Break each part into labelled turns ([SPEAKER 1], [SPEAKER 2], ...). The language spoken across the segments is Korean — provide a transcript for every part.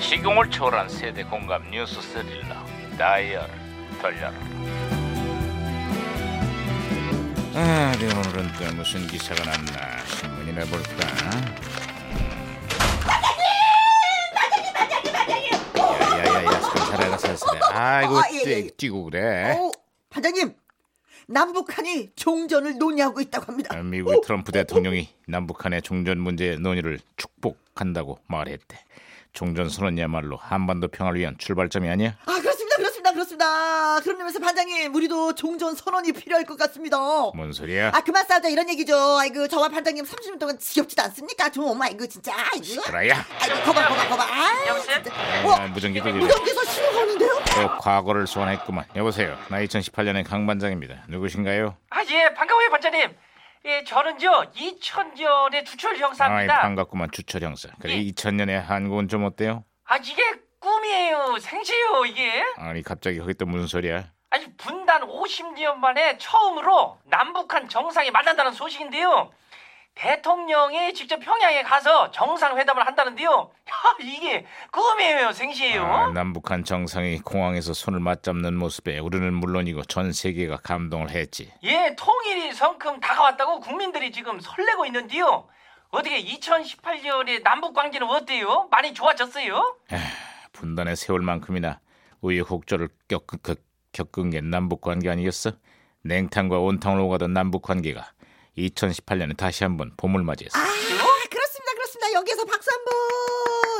[SPEAKER 1] 시공을 초월한 세대 공감 뉴스 스릴러 다이얼 돌려라 아, 어디 오늘은 또 무슨 기사가 났나 신문이나 볼까 야야야야 살살해라 살살해 아이고
[SPEAKER 2] 아, 예, 예, 예.
[SPEAKER 1] 뛰- 뛰고 그래
[SPEAKER 2] 어, 반장님, 남북한이 종전을 논의하고 있다고 합니다.
[SPEAKER 1] 아, 미국의
[SPEAKER 2] 어,
[SPEAKER 1] 트럼프 대통령이 남북한의 종전 문제 논의를 축복한다고 말했대 종전 선언이야말로 한반도 평화를 위한 출발점이 아니야
[SPEAKER 2] 아, 그렇습니다, 그렇습니다, 그렇습니다. 그런 점에서 반장님, 우리도 종전 선언이 필요할 것 같습니다.
[SPEAKER 1] 뭔 소리야?
[SPEAKER 2] 아, 그만 싸우자 이런 얘기죠. 아이고, 저와 반장님 30년 동안 지겹지도 않습니까? 좀 엄마 이거 진짜. 아이고,
[SPEAKER 1] 그라야.
[SPEAKER 2] 아이고, 거봐, 거봐, 거봐. 아,
[SPEAKER 3] 여보세요?
[SPEAKER 2] 진짜.
[SPEAKER 1] 아,
[SPEAKER 2] 어,
[SPEAKER 1] 무전기 들리네. 어,
[SPEAKER 2] 무전기에서 신호가 오는데요?
[SPEAKER 1] 또 과거를 소환했구만. 여보세요. 나 2018년의 강 반장입니다. 누구신가요?
[SPEAKER 3] 아, 예, 반가워요, 반장님. 예, 저는요, 2000년의 주철
[SPEAKER 1] 아이 예,
[SPEAKER 3] 형사입니다.
[SPEAKER 1] 반갑구만 주철 형사. 그래
[SPEAKER 3] 예.
[SPEAKER 1] 2000년의 한국은 좀 어때요?
[SPEAKER 3] 아, 이게 꿈이에요. 생시요, 이게.
[SPEAKER 1] 아니 갑자기 거기 또 무슨 소리야?
[SPEAKER 3] 아니, 분단 50년 만에 처음으로 남북한 정상이 만난다는 소식인데요. 대통령이 직접 평양에 가서 정상회담을 한다는데요. 야, 이게 꿈이에요, 생시예요.
[SPEAKER 1] 아, 남북한 정상이 공항에서 손을 맞잡는 모습에 우리는 물론이고 전 세계가 감동을 했지.
[SPEAKER 3] 예, 통일이 성큼 다가왔다고 국민들이 지금 설레고 있는데요. 어떻게 2018년의 남북 관계는 어때요? 많이 좋아졌어요?
[SPEAKER 1] 분단의 세월만큼이나 우여곡절을 겪- 겪- 겪은 게 남북 관계 아니겠어? 냉탕과 온탕으로 가던 남북 관계가 2018년에 다시 한번 봄을 맞이했어.
[SPEAKER 2] 아, 그렇습니다, 그렇습니다. 여기에서 박수 한 번.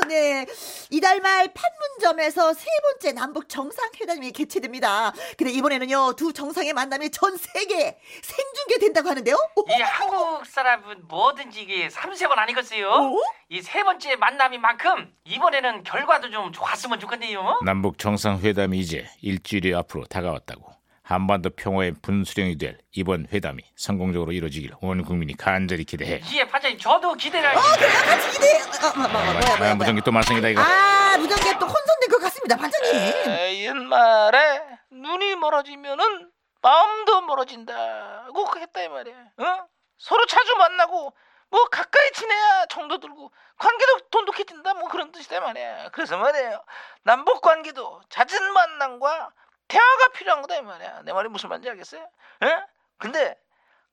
[SPEAKER 2] 네, 이달 말 판문점에서 세 번째 남북 정상회담이 개최됩니다. 근데 이번에는요 두 정상의 만남이 전 세계 생중계된다고 하는데요. 오,
[SPEAKER 3] 이 한국 사람은 뭐든지 이게 삼세번 아니겠어요?
[SPEAKER 2] 오?
[SPEAKER 3] 이 세 번째 만남인 만큼 이번에는 결과도 좀 좋았으면 좋겠네요.
[SPEAKER 1] 남북 정상회담이 이제 일주일이 앞으로 다가왔다고 한반도 평화의 분수령이 될 이번 회담이 성공적으로 이루어지길 온 국민이 간절히 기대해.
[SPEAKER 3] 예, 반장님 저도 기대를
[SPEAKER 2] 어,
[SPEAKER 3] 할게요.
[SPEAKER 2] 그래 같이 기대. 아, 아, 아, 뭐야, 뭐야,
[SPEAKER 1] 아,
[SPEAKER 2] 뭐야.
[SPEAKER 1] 무전기 또 네. 말썽이다 이거.
[SPEAKER 2] 아, 무전기가 또 혼선된 것 같습니다, 반장님.
[SPEAKER 4] 아, 옛말에 눈이 멀어지면은 마음도 멀어진다고 그 했다 이 말이야. 어? 서로 자주 만나고 뭐 가까이 지내야 정도 들고 관계도 돈독해진다 뭐 그런 뜻이다 말이야. 그래서 말이에요. 남북 관계도 잦은 만남과 대화가 필요한 거다 이 말이야. 내 말이 무슨 말인지 알겠어요? 예? 근데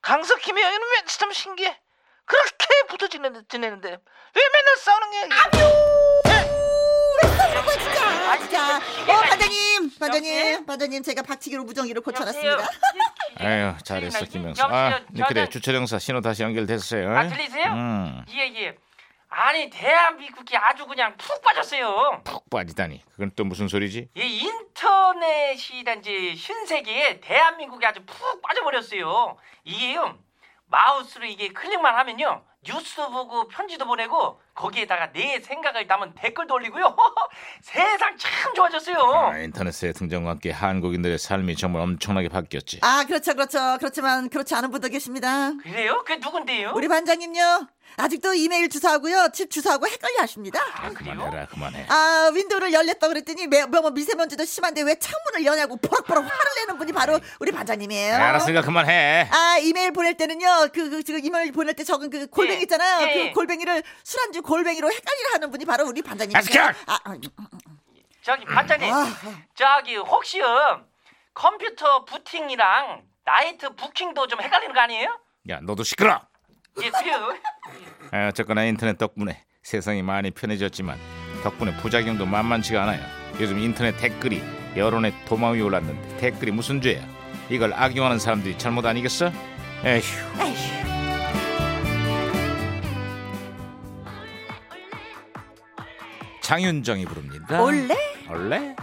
[SPEAKER 4] 강석 김의 여인은 왜 참 신기해. 그렇게 붙어 지내는데, 지내는데 왜 맨날 싸우는 거야? 이게?
[SPEAKER 2] 뭐야, 진짜, 진짜. 어, 반장님, 네. 반장님, 반장님, 제가 박치기로 무전기를 고쳐놨습니다.
[SPEAKER 1] 아유 잘했어 김영수. 아 그래 주철영사 신호 다시 연결됐어요.
[SPEAKER 3] 아, 들리세요?
[SPEAKER 1] 음,
[SPEAKER 3] 예예. 아니 대한민국이 아주 그냥 푹 빠졌어요.
[SPEAKER 1] 푹 빠지다니. 그건 또 무슨 소리지?
[SPEAKER 3] 이 인터넷이란지 신세계에 대한민국이 아주 푹 빠져버렸어요. 이게요 마우스로 이게 클릭만 하면요 뉴스 보고 편지도 보내고 거기에다가 내 생각을 담은 댓글도 올리고요. 세상 참
[SPEAKER 1] 아,
[SPEAKER 3] 좋아졌어요.
[SPEAKER 1] 인터넷의 등장과 함께 한국인들의 삶이 정말 엄청나게 바뀌었지.
[SPEAKER 2] 아, 그렇죠, 그렇죠. 그렇지만 그렇지 않은 분도 계십니다.
[SPEAKER 3] 그래요? 그 누군데요?
[SPEAKER 1] 어?
[SPEAKER 2] 우리 반장님요. 아직도 이메일 주소하고요. 집 주소하고 헷갈려 하십니다.
[SPEAKER 1] 아, 그만해라 그만해.
[SPEAKER 2] 아, 윈도우를 열렸다 그랬더니 매, 뭐, 뭐 미세먼지도 심한데 왜 창문을 여냐고 버럭버럭 화를 내는 분이 바로 우리 반장님이에요.
[SPEAKER 1] 아, 네, 알았으니까 그만해.
[SPEAKER 2] 아, 이메일 보낼 때는요. 그, 그, 그 이메일 보낼 때 적은 그 골뱅이
[SPEAKER 3] 예.
[SPEAKER 2] 있잖아요.
[SPEAKER 3] 예, 예.
[SPEAKER 2] 그 골뱅이를 술안주 골뱅이로 헷갈리려 하는 분이 바로 우리 반장님.
[SPEAKER 1] 아스키야!
[SPEAKER 2] 아, 아,
[SPEAKER 3] 저기 반장님,
[SPEAKER 2] 아.
[SPEAKER 3] 저기 혹시요 어, 컴퓨터 부팅이랑 나이트 부킹도 좀 헷갈리는 거 아니에요?
[SPEAKER 1] 야 너도 시끄러.
[SPEAKER 3] 예, 그래요.
[SPEAKER 1] 아, 어쨌거나 인터넷 덕분에 세상이 많이 편해졌지만 덕분에 부작용도 만만치가 않아요. 요즘 인터넷 댓글이 여론의 도마 위에 올랐는데 댓글이 무슨 죄야? 이걸 악용하는 사람들이 잘못 아니겠어? 에휴.
[SPEAKER 2] 에휴.
[SPEAKER 1] 장윤정이 부릅니다.
[SPEAKER 2] 원래
[SPEAKER 1] 원래?